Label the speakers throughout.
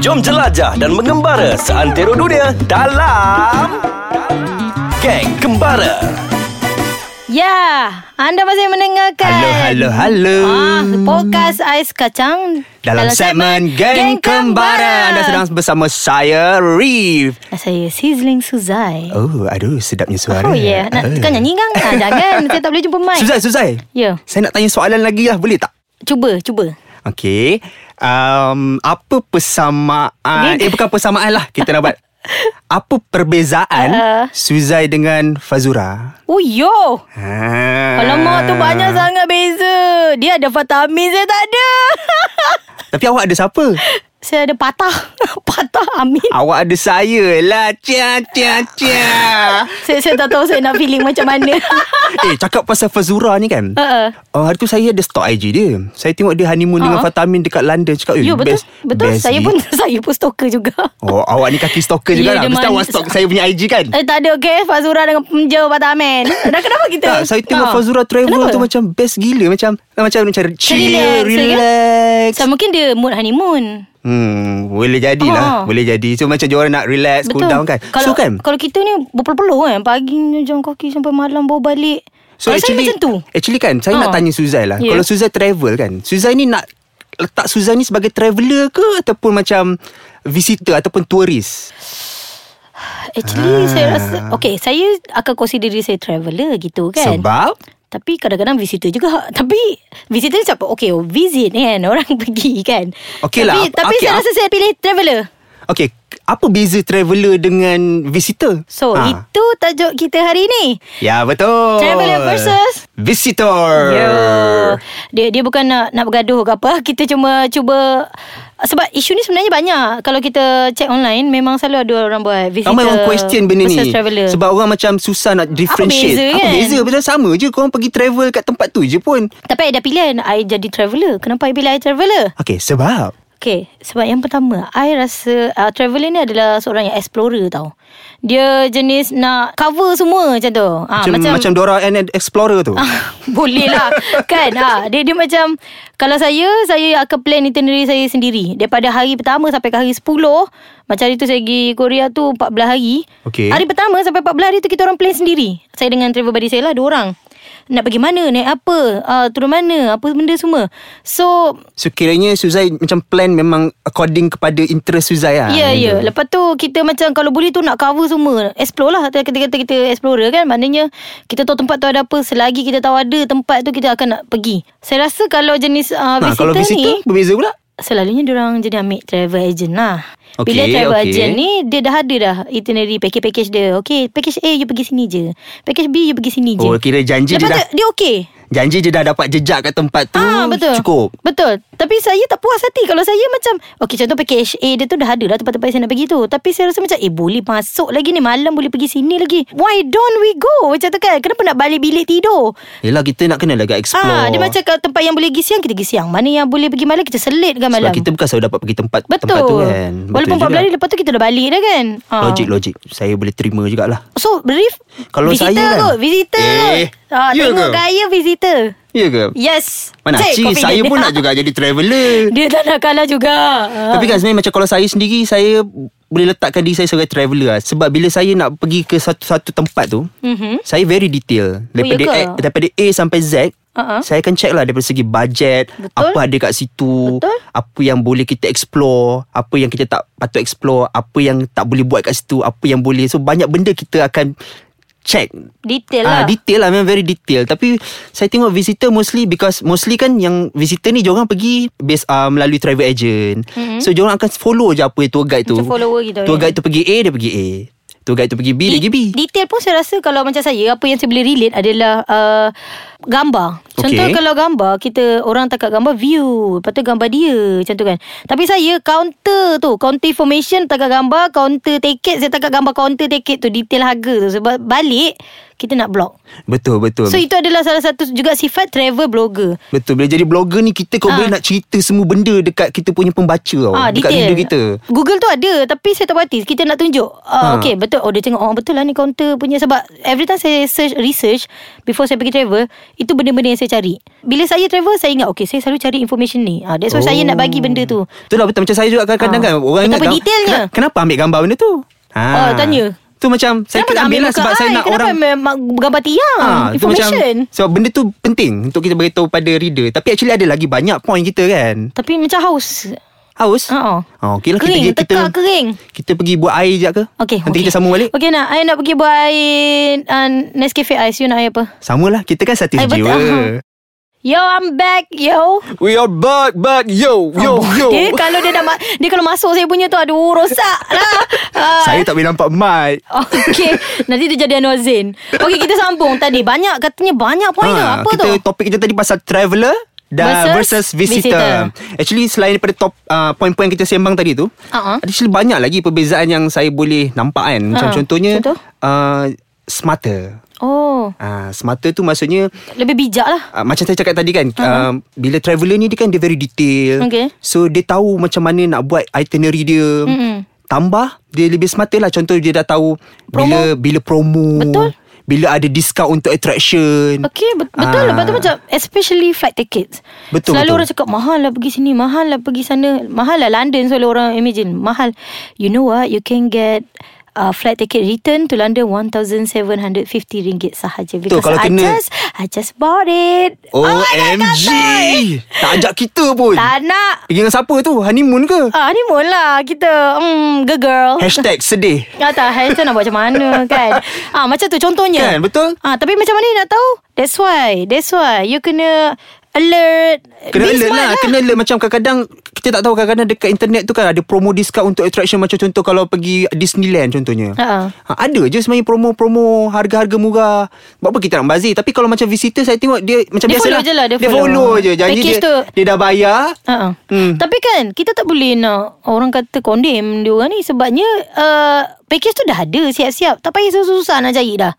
Speaker 1: Jom jelajah dan mengembara seantero dunia dalam Geng Kembara.
Speaker 2: Ya, anda masih mendengarkan.
Speaker 3: Halo, halo, halo.
Speaker 2: Ah, podcast Ais Kacang.
Speaker 3: Dalam segmen Geng Kembara Anda sedang bersama saya Reef
Speaker 2: Saya Sizzling Suzai.
Speaker 3: Oh aduh sedapnya suara
Speaker 2: Oh, ya. Yeah. Nak
Speaker 3: Oh.
Speaker 2: tekan nyanyi kan? Ah, jangan. Saya tak boleh jumpa mic.
Speaker 3: Suzai Suzai
Speaker 2: Ya.
Speaker 3: Saya nak tanya soalan lagi lah boleh tak?
Speaker 2: Cuba, cuba.
Speaker 3: Okey um, Apa persamaan
Speaker 2: Dia-
Speaker 3: Eh bukan persamaan lah kita nak buat Apa perbezaan
Speaker 2: Uh.
Speaker 3: Suzai dengan Fazura?
Speaker 2: Oh, yo.
Speaker 3: Ah.
Speaker 2: Alamak, tu banyak sangat beza. Dia ada vitamin, saya tak ada.
Speaker 3: Tapi awak ada siapa?
Speaker 2: saya ada patah. patah, amin.
Speaker 3: awak ada saya lah Cia cia cia
Speaker 2: saya, saya tak tahu saya nak feeling macam mana.
Speaker 3: Eh cakap pasal Fazura ni kan
Speaker 2: Uh-uh.
Speaker 3: Oh, hari tu saya ada stok IG dia. Saya tengok dia honeymoon
Speaker 2: Ha.
Speaker 3: dengan Fatamin dekat London. Cakap, eh,
Speaker 2: Yo, Ya, betul.
Speaker 3: best.
Speaker 2: betul.
Speaker 3: Best
Speaker 2: saya
Speaker 3: ni."
Speaker 2: pun saya pun stalker juga.
Speaker 3: Oh, awak ni kaki stalker
Speaker 2: Ya,
Speaker 3: juga lah.
Speaker 2: dia
Speaker 3: Mesti
Speaker 2: manis.
Speaker 3: awak stalk saya punya IG kan?
Speaker 2: Eh tak ada okay Fazura dengan penjau Patamen Dah kenapa kita
Speaker 3: Tak, saya
Speaker 2: Ah.
Speaker 3: tengok Fazura travel
Speaker 2: Kenapa?
Speaker 3: tu macam best gila. Macam macam macam chill,
Speaker 2: Relax,
Speaker 3: relax.
Speaker 2: So mungkin dia mood honeymoon
Speaker 3: Hmm, boleh
Speaker 2: Ha.
Speaker 3: jadilah. Boleh jadi. So macam diorang nak relax, cool down kan.
Speaker 2: Kalau,
Speaker 3: so kan?
Speaker 2: Kalau kita ni berpeluh-peluh kan Pagi ni jalan kaki sampai malam baru balik
Speaker 3: So
Speaker 2: Kalau saya macam tu
Speaker 3: Actually kan,
Speaker 2: Ha.
Speaker 3: saya nak tanya Suzai lah.
Speaker 2: Ya.
Speaker 3: Kalau Suzai travel kan, Suzai ni nak letak Suzai ni sebagai traveller ke ataupun macam visitor ataupun turis?
Speaker 2: Actually
Speaker 3: Ah.
Speaker 2: saya rasa Okay saya akan consider diri saya traveller gitu kan
Speaker 3: Sebab
Speaker 2: Tapi kadang-kadang visitor juga Tapi Visitor ni siapa Okay visit kan Orang pergi kan
Speaker 3: Okey lah,
Speaker 2: Tapi,
Speaker 3: apa-
Speaker 2: tapi
Speaker 3: okey,
Speaker 2: saya
Speaker 3: apa-
Speaker 2: rasa saya pilih traveller
Speaker 3: Okay Apa beza traveller dengan visitor?
Speaker 2: So
Speaker 3: Ha.
Speaker 2: itu tajuk kita hari ni
Speaker 3: Ya betul
Speaker 2: Traveller versus
Speaker 3: Visitor
Speaker 2: Ya. Dia dia bukan nak nak bergaduh ke apa. Kita cuma cuba sebab isu ni sebenarnya banyak. Kalau kita check online memang selalu ada orang buat visitor.
Speaker 3: Ramai orang question benda ni
Speaker 2: versus traveller.
Speaker 3: Sebab orang macam susah nak differentiate
Speaker 2: beza
Speaker 3: Apa
Speaker 2: kan?
Speaker 3: beza Pasal sama je Korang pergi travel kat tempat tu je pun
Speaker 2: tapi I dah pilihan I jadi traveller. Kenapa I pilih I traveller?
Speaker 3: Okay sebab
Speaker 2: Okay, sebab yang pertama, I rasa uh, traveller ni adalah seorang yang explorer tau. Dia jenis nak cover semua macam tu. Ah,
Speaker 3: Macam, macam, macam Dora and Explorer tu
Speaker 2: Boleh lah Kan ha, dia, dia macam Kalau saya Saya akan plan itinerary saya sendiri Daripada hari pertama Sampai ke hari 10 Macam hari tu saya pergi Korea tu 14 hari
Speaker 3: Okey.
Speaker 2: Hari pertama sampai 14 hari tu Kita orang plan sendiri Saya dengan travel buddy saya lah Dua orang Nak pergi mana Naik apa uh, Turun mana Apa benda semua So
Speaker 3: So kiranya Suzai macam plan memang According kepada interest Suzai lah
Speaker 2: Ya,
Speaker 3: Macam
Speaker 2: ya.
Speaker 3: tu.
Speaker 2: Lepas tu kita macam kalau boleh tu nak cover semua. Explore lah. Kita kata kita explorer kan. Maknanya kita tahu tempat tu ada apa. Selagi kita tahu ada tempat tu kita akan nak pergi. Saya rasa kalau jenis uh, visitor,
Speaker 3: nah, Ah, Kalau visitor
Speaker 2: ni.
Speaker 3: berbeza pula
Speaker 2: Selalunya diorang jadi ambil travel agent lah.
Speaker 3: Okey,
Speaker 2: Bila travel
Speaker 3: okey.
Speaker 2: agent ni Dia dah ada dah Itinerary package-package dia Okay Package A you pergi sini je Package B you pergi sini je
Speaker 3: Oh kira janji
Speaker 2: Lepas
Speaker 3: dia dah
Speaker 2: tu dia okay
Speaker 3: Janji dia dah dapat jejak kat tempat tu
Speaker 2: Ah betul.
Speaker 3: Cukup
Speaker 2: Betul. Tapi saya tak puas hati kalau saya macam okey contoh package A dia tu dah ada lah tempat-tempat yang saya nak pergi tu. Tapi saya rasa macam eh boleh masuk lagi ni malam boleh pergi sini lagi. Why don't we go? Macam tu kan. Kenapa nak balik bilik tidur?
Speaker 3: Yelah kita nak kena lagi explore
Speaker 2: Ah dia macam kalau tempat yang boleh pergi siang kita pergi siang. Mana yang boleh pergi malam kita selit kan
Speaker 3: Sebab
Speaker 2: malam.
Speaker 3: kita bukan selalu dapat pergi tempat
Speaker 2: Betul.
Speaker 3: tempat tu kan
Speaker 2: Walaupun 14
Speaker 3: juga.
Speaker 2: hari lepas tu kita dah balik dah kan. Ah.
Speaker 3: Logik logik Saya boleh terima jugalah
Speaker 2: So brief
Speaker 3: Kalau
Speaker 2: visitor
Speaker 3: saya kan?
Speaker 2: kot, Visitor
Speaker 3: Eh,
Speaker 2: ah,
Speaker 3: ya
Speaker 2: Tengok
Speaker 3: ke?
Speaker 2: gaya visitor
Speaker 3: Ya ke?
Speaker 2: Yes
Speaker 3: Mana
Speaker 2: Cik,
Speaker 3: Cik,
Speaker 2: confident
Speaker 3: saya
Speaker 2: dia.
Speaker 3: pun nak juga jadi traveller
Speaker 2: Dia tak nak kalah juga Ah.
Speaker 3: Tapi kan sebenarnya macam kalau saya sendiri Saya boleh letakkan diri saya sebagai traveller lah. Sebab bila saya nak pergi ke satu, satu tempat tu
Speaker 2: Mhm.
Speaker 3: Saya very detail Daripada,
Speaker 2: ya ke?
Speaker 3: A, daripada A sampai Z
Speaker 2: Uh-uh.
Speaker 3: Saya akan check lah daripada segi bajet
Speaker 2: Betul.
Speaker 3: Apa ada kat situ
Speaker 2: Betul.
Speaker 3: Apa yang boleh kita explore Apa yang kita tak patut explore Apa yang tak boleh buat kat situ Apa yang boleh So banyak benda kita akan check
Speaker 2: Detail lah
Speaker 3: Ah, detail lah memang very detail. Tapi saya tengok visitor mostly because mostly kan yang visitor ni Diorang pergi base uh, melalui travel agent. Mm-hmm. So diorang akan follow je apa tour guide tu.
Speaker 2: Macam follower gitu,
Speaker 3: Tour
Speaker 2: kan?
Speaker 3: guide tu pergi A dia pergi A. Tour guide tu pergi B
Speaker 2: Di-
Speaker 3: dia pergi B.
Speaker 2: Detail pun saya rasa Kalau macam saya Apa yang saya boleh relate adalah uh, Gambar Contoh
Speaker 3: Okey.
Speaker 2: kalau gambar Kita orang takat gambar view Lepas tu gambar dia Macam tu kan Tapi saya counter tu Counter information takat gambar Counter ticket Saya takat gambar counter ticket tu Detail harga tu Sebab balik Kita nak blog
Speaker 3: Betul betul.
Speaker 2: So itu adalah salah satu juga sifat travel blogger
Speaker 3: betul. Bila jadi blogger ni kita kau
Speaker 2: Ah.
Speaker 3: boleh nak cerita semua benda dekat kita punya pembaca tau.
Speaker 2: Ah,
Speaker 3: Oh, dekat
Speaker 2: detail.
Speaker 3: video kita.
Speaker 2: Google tu ada Tapi saya tak puas hati Kita nak tunjuk
Speaker 3: Ha.
Speaker 2: uh, Okay betul Oh dia tengok oh, Betul lah ni counter punya Sebab every time saya search Research Before saya pergi travel Itu benda-benda yang saya cari Bila saya travel Saya ingat Okay saya selalu cari information ni ha, That's why oh. saya nak bagi benda tu
Speaker 3: Itulah betul macam saya juga
Speaker 2: Ah.
Speaker 3: kadang-kadang kan orang
Speaker 2: Betapa
Speaker 3: ingat
Speaker 2: detailnya.
Speaker 3: "Kena- Kenapa ambil gambar benda tu? Ha.
Speaker 2: Ah, tanya.
Speaker 3: Tu macam
Speaker 2: Kenapa
Speaker 3: saya kena
Speaker 2: tak
Speaker 3: ambil lah
Speaker 2: muka
Speaker 3: sebab
Speaker 2: I?
Speaker 3: saya nak
Speaker 2: Kenapa
Speaker 3: orang
Speaker 2: memang Gambar tiang
Speaker 3: Ah, tu macam
Speaker 2: Information
Speaker 3: Sebab benda tu penting Untuk kita beritahu pada reader Tapi actually ada lagi banyak point kita kan
Speaker 2: Tapi macam haus
Speaker 3: Haus
Speaker 2: Ha-ha.
Speaker 3: oh, okay lah,
Speaker 2: Ah. Kering
Speaker 3: kita, kita,
Speaker 2: Tekak kering
Speaker 3: kita pergi buat air sekejap ke
Speaker 2: Okay
Speaker 3: Nanti
Speaker 2: okay.
Speaker 3: kita sambung balik
Speaker 2: Okay nak I nak pergi buat air uh, Nescafe Ice You nak air apa
Speaker 3: Sama lah Kita kan satu
Speaker 2: Eh, betul.
Speaker 3: jiwa
Speaker 2: Yo I'm back Yo
Speaker 3: We are back back Yo yo
Speaker 2: Oh,
Speaker 3: yo
Speaker 2: Dia kalau dia nak ma- Dia kalau masuk saya punya tu Aduh rosak lah Ah.
Speaker 3: Saya tak boleh nampak mic
Speaker 2: Okay Nanti dia jadi Anwar Zain Okay kita sambung Tadi banyak Katanya banyak point ha,
Speaker 3: Ah,
Speaker 2: Apa
Speaker 3: kita,
Speaker 2: tu
Speaker 3: Topik kita tadi pasal traveller dan
Speaker 2: Versus
Speaker 3: versus, visitor. Actually selain daripada top uh, poin-poin kita sembang tadi tu,
Speaker 2: Ah, ah.
Speaker 3: actually banyak lagi perbezaan yang saya boleh nampak kan. Macam
Speaker 2: Ah,
Speaker 3: contohnya
Speaker 2: contoh?
Speaker 3: Uh, smata.
Speaker 2: Oh
Speaker 3: Uh, smata tu maksudnya
Speaker 2: Lebih bijak lah
Speaker 3: Uh, macam saya cakap tadi kan uh-huh. uh, Bila traveller ni Dia kan dia very detail
Speaker 2: Okay.
Speaker 3: So dia tahu macam mana Nak buat itinerary dia
Speaker 2: Mm-mm.
Speaker 3: Tambah Dia lebih smart lah Contoh dia dah tahu
Speaker 2: Promo.
Speaker 3: Bila bila promo
Speaker 2: Betul.
Speaker 3: Bila ada discount untuk attraction
Speaker 2: Okay bet- betul
Speaker 3: Ah.
Speaker 2: Lepas tu macam Especially flight tickets
Speaker 3: Betul,
Speaker 2: Selalu
Speaker 3: betul.
Speaker 2: orang cakap Mahal lah pergi sini Mahal lah pergi sana Mahal lah London Selalu orang imagine Mahal You know what You can get Uh, flight ticket return to London RM1,750 sahaja Because
Speaker 3: kalau
Speaker 2: I,
Speaker 3: kena- Oh,
Speaker 2: just, I just bought it Ah,
Speaker 3: OMG Tak ajak kita pun
Speaker 2: Tak nak
Speaker 3: Pergi dengan siapa tu Honeymoon ke
Speaker 2: Ah, ni mula kita mm, girl girl.
Speaker 3: Hashtag sedih
Speaker 2: Ah, tak, hashtag nak buat macam mana kan Ah Macam tu contohnya
Speaker 3: Kan, betul?
Speaker 2: ah, Tapi macam mana you nak tahu That's why That's why You kena alert
Speaker 3: Kena
Speaker 2: Be
Speaker 3: alert
Speaker 2: smart
Speaker 3: lah Kena alert macam kadang-kadang Kita tak tahu kadang-kadang Dekat internet tu kan Ada promo discount Untuk attraction Macam contoh Kalau pergi Disneyland contohnya
Speaker 2: Ha-ha.
Speaker 3: ha, Ada je sebenarnya promo-promo Harga-harga murah Buat apa kita nak bazir Tapi kalau macam visitor Saya tengok dia Macam
Speaker 2: Dia
Speaker 3: biasa
Speaker 2: follow
Speaker 3: lah
Speaker 2: je lah, dia
Speaker 3: dia
Speaker 2: follow.
Speaker 3: follow je Janji
Speaker 2: Package
Speaker 3: dia,
Speaker 2: tu.
Speaker 3: dia dah bayar
Speaker 2: Uh-uh.
Speaker 3: Hmm.
Speaker 2: Tapi kan kita tak boleh nak orang kata condemn dia orang ni sebabnya uh, package tu dah ada siap-siap. Tak payah susah-susah nak cari dah.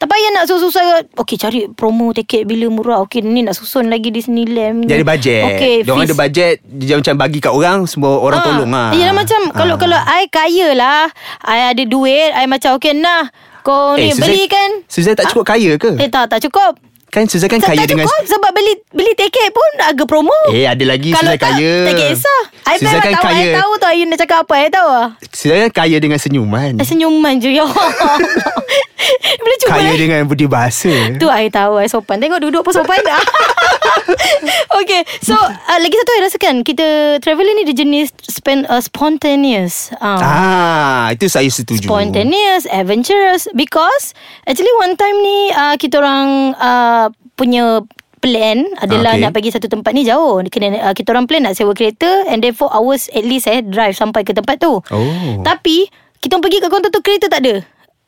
Speaker 2: Tak payah nak susah-susah Okey cari promo tiket bila murah Okey ni nak susun lagi Disneyland
Speaker 3: Jadi budget
Speaker 2: Okey
Speaker 3: Dia orang
Speaker 2: fees-
Speaker 3: ada budget Dia macam bagi kat orang Semua orang
Speaker 2: Ah,
Speaker 3: tolong lah
Speaker 2: Yelah macam
Speaker 3: Ah.
Speaker 2: Kalau kalau I kaya lah I ada duit I macam okay nah Kau ni
Speaker 3: Suzai-
Speaker 2: beli kan
Speaker 3: Suzai Eh, tak cukup kaya ke?
Speaker 2: Eh tak tak cukup
Speaker 3: Kan Suzai kan
Speaker 2: tak,
Speaker 3: kaya
Speaker 2: tak
Speaker 3: dengan
Speaker 2: cukup sebab beli beli tiket pun harga promo
Speaker 3: Eh ada lagi
Speaker 2: Kalau
Speaker 3: Suzai
Speaker 2: tak,
Speaker 3: kaya
Speaker 2: tak kisah I
Speaker 3: Suzai
Speaker 2: memang
Speaker 3: kan
Speaker 2: tahu
Speaker 3: kaya
Speaker 2: I tahu tau You nak cakap apa I tahu lah
Speaker 3: Suzai kan kaya dengan senyuman
Speaker 2: I senyuman je Ya Allah Boleh cuba
Speaker 3: Kaya
Speaker 2: eh?
Speaker 3: dengan budi bahasa
Speaker 2: Tu I tahu I sopan Tengok duduk pun sopan Okay So uh, Lagi satu I rasakan Kita traveller ni Dia jenis span, uh, Spontaneous uh.
Speaker 3: Ah, itu saya setuju.
Speaker 2: Spontaneous, adventurous because actually one time ni uh, kita orang uh, punya plan adalah
Speaker 3: Ah, Okay.
Speaker 2: okay. nak pergi satu tempat ni jauh. Kena uh, kita orang plan nak sewa kereta and then 4 hours at least eh drive sampai ke tempat tu.
Speaker 3: Oh.
Speaker 2: Tapi kita orang pergi kat kaunter tu kereta tak ada.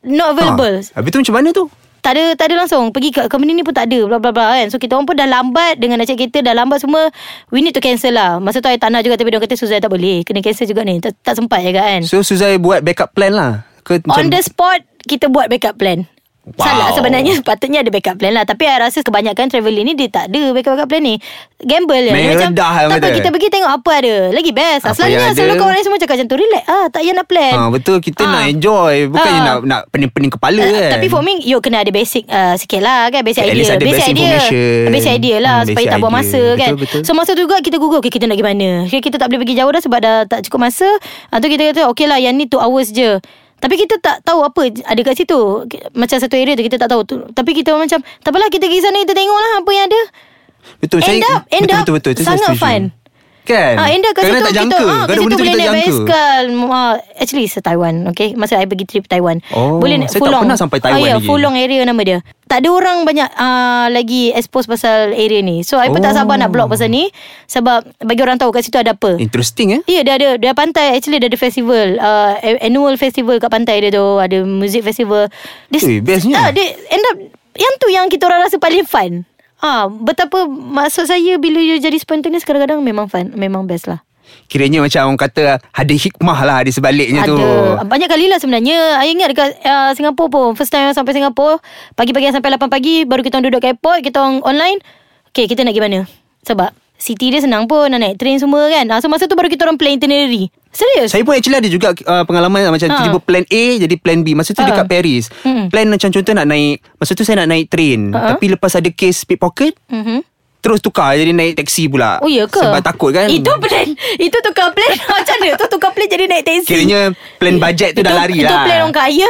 Speaker 2: Not available.
Speaker 3: Ha. Habis tu macam mana tu?
Speaker 2: Tak ada tak ada langsung Pergi kat company ni pun tak ada bla bla bla kan So kita orang pun dah lambat Dengan nak cek kereta Dah lambat semua We need to cancel lah Masa tu I tak nak juga Tapi dia orang kata Suzai tak boleh Kena cancel juga ni Tak, tak sempat juga kan
Speaker 3: So Suzai buat backup plan lah. Ke
Speaker 2: On the spot Kita buat backup plan
Speaker 3: Wow.
Speaker 2: Salah sebenarnya Patutnya ada backup plan lah Tapi I rasa kebanyakan traveller ni Dia tak ada backup-backup plan ni Gamble je
Speaker 3: Main
Speaker 2: Macam,
Speaker 3: rendah orang
Speaker 2: Tak apa
Speaker 3: kata.
Speaker 2: kita pergi tengok apa ada Lagi best
Speaker 3: Apa yang
Speaker 2: Selalunya
Speaker 3: ada.
Speaker 2: selalu kawan lain semua cakap macam tu Relax ah, Tak payah nak plan
Speaker 3: Ha, betul kita
Speaker 2: Ah.
Speaker 3: nak enjoy bukannya
Speaker 2: Ah.
Speaker 3: nak nak pening-pening kepala
Speaker 2: Uh,
Speaker 3: kan.
Speaker 2: Tapi for me You kena ada basic uh, Sikit lah kan Basic
Speaker 3: At
Speaker 2: idea
Speaker 3: least ada basic information.
Speaker 2: Basic idea lah
Speaker 3: Hmm,
Speaker 2: Supaya
Speaker 3: basic
Speaker 2: tak buang
Speaker 3: idea.
Speaker 2: masa
Speaker 3: Betul,
Speaker 2: kan
Speaker 3: betul.
Speaker 2: So masa tu juga Kita google okay, Kita nak pergi mana okay, Kita tak boleh pergi jauh dah Sebab dah tak cukup masa uh, Tu kita kata Okay lah yang ni 2 hours je tapi kita tak tahu apa ada kat situ Macam satu area tu kita tak tahu tu. Tapi kita macam Tak apalah kita pergi sana kita tengok lah apa yang ada
Speaker 3: betul
Speaker 2: end
Speaker 3: saya
Speaker 2: up- end
Speaker 3: betul,
Speaker 2: up
Speaker 3: betul, betul, betul, saya
Speaker 2: sangat
Speaker 3: setuju.
Speaker 2: fun.
Speaker 3: Kan?
Speaker 2: Ah, Enda kat situ
Speaker 3: Kadang-kadang tak jangka.
Speaker 2: kita, ah, kat situ
Speaker 3: Kadang benda tu
Speaker 2: boleh
Speaker 3: kita tak
Speaker 2: naik
Speaker 3: jangka.
Speaker 2: basikal. Ah, actually se Taiwan, okay. Masa I pergi trip Taiwan.
Speaker 3: Oh,
Speaker 2: boleh naik
Speaker 3: saya tak
Speaker 2: Fulong.
Speaker 3: pernah sampai Taiwan
Speaker 2: ah, ya,
Speaker 3: lagi.
Speaker 2: Fulong area nama dia. Tak ada orang banyak ah, lagi expose pasal area ni. So I pun tak sabar
Speaker 3: Oh.
Speaker 2: nak blog pasal ni sebab bagi orang tahu kat situ ada apa.
Speaker 3: Interesting eh.
Speaker 2: Ya yeah, dia ada Dia pantai Actually dia ada festival uh, Annual festival kat pantai dia tu Ada music festival dia,
Speaker 3: Eh,
Speaker 2: ah,
Speaker 3: bestnya.
Speaker 2: dia end up Yang tu yang kita orang rasa paling fun Ah, betapa maksud saya bila you jadi spontaneous kadang-kadang memang fun, memang best lah.
Speaker 3: Kiranya macam orang kata ada hikmah lah di sebaliknya
Speaker 2: Ada
Speaker 3: tu.
Speaker 2: Banyak kali lah sebenarnya I ingat dekat uh, Singapura pun First time sampai Singapura Pagi-pagi sampai 8 pagi Baru kita orang duduk kat airport Kita orang online Okay kita nak pergi mana Sebab City dia senang pun Nak naik train semua kan ah, So masa tu baru kita orang plan itinerary Serius?
Speaker 3: Saya pun actually ada juga uh, pengalaman macam
Speaker 2: Ha.
Speaker 3: ha. tiba plan A jadi plan B. Masa tu
Speaker 2: Ha.
Speaker 3: ha. dekat Paris.
Speaker 2: Mm-mm.
Speaker 3: Plan macam contoh nak naik, masa tu saya nak naik train.
Speaker 2: Ha.
Speaker 3: Tapi lepas ada kes pickpocket,
Speaker 2: Mhm.
Speaker 3: terus tukar jadi naik taksi pula.
Speaker 2: Oh ya ke?
Speaker 3: Sebab takut kan.
Speaker 2: Itu plan Itu tukar plan Macam mana Tu tukar plan jadi naik teksi
Speaker 3: Kiranya plan bajet tu dah lari
Speaker 2: itu
Speaker 3: lah.
Speaker 2: plan orang kaya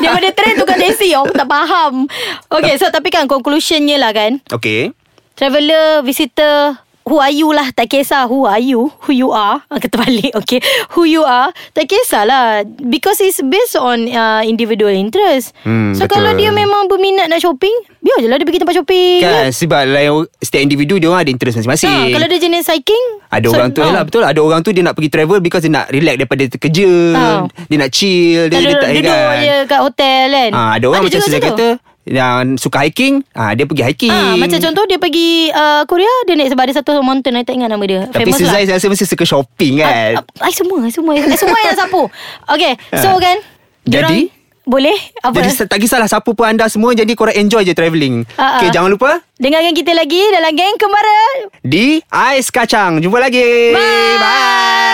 Speaker 2: Daripada train tukar teksi Orang tak faham Okay so tapi kan Conclusionnya lah kan
Speaker 3: Okay.
Speaker 2: Traveller, visitor, who are you lah. Tak kisah who are you, who you are. Ah, Kata balik, okay. Who you are, tak kisahlah. Because it's based on uh, individual interest.
Speaker 3: Hmm,
Speaker 2: so
Speaker 3: betul.
Speaker 2: kalau dia memang berminat nak shopping, biar je lah dia pergi tempat shopping.
Speaker 3: Kan sebab lain, setiap individu dia orang ada interest
Speaker 2: Ha,
Speaker 3: masing-masing.
Speaker 2: kalau dia jenis cycling
Speaker 3: Ada
Speaker 2: so-
Speaker 3: orang tu
Speaker 2: ah.
Speaker 3: lah betul Ada orang tu dia nak pergi travel Because dia nak relax daripada kerja
Speaker 2: Ah.
Speaker 3: Dia nak chill Dia,
Speaker 2: Dia,
Speaker 3: dia tak
Speaker 2: duduk
Speaker 3: heran
Speaker 2: je kat hotel kan
Speaker 3: ha, Ada orang macam
Speaker 2: juga
Speaker 3: saya
Speaker 2: tu.
Speaker 3: kata Yang suka hiking ha, Dia pergi hiking
Speaker 2: Ah, macam contoh dia pergi uh, Korea Dia naik sebab ada satu mountain Saya tak ingat nama dia
Speaker 3: Tapi
Speaker 2: Famous lah
Speaker 3: Suzai saya rasa mesti suka shopping kan Ah.
Speaker 2: Ah, ah, Ay, semua Semua ay, semua yang sapu Okay So kan
Speaker 3: Jadi?
Speaker 2: diorang- Boleh Apa
Speaker 3: Jadi se- tak kisahlah siapa pun anda semua Jadi korang enjoy je travelling
Speaker 2: Ah,
Speaker 3: Okay
Speaker 2: ah.
Speaker 3: jangan lupa
Speaker 2: Dengarkan kita lagi Dalam Geng Kembara
Speaker 3: Di Ais Kacang Jumpa lagi
Speaker 2: Bye.
Speaker 3: Bye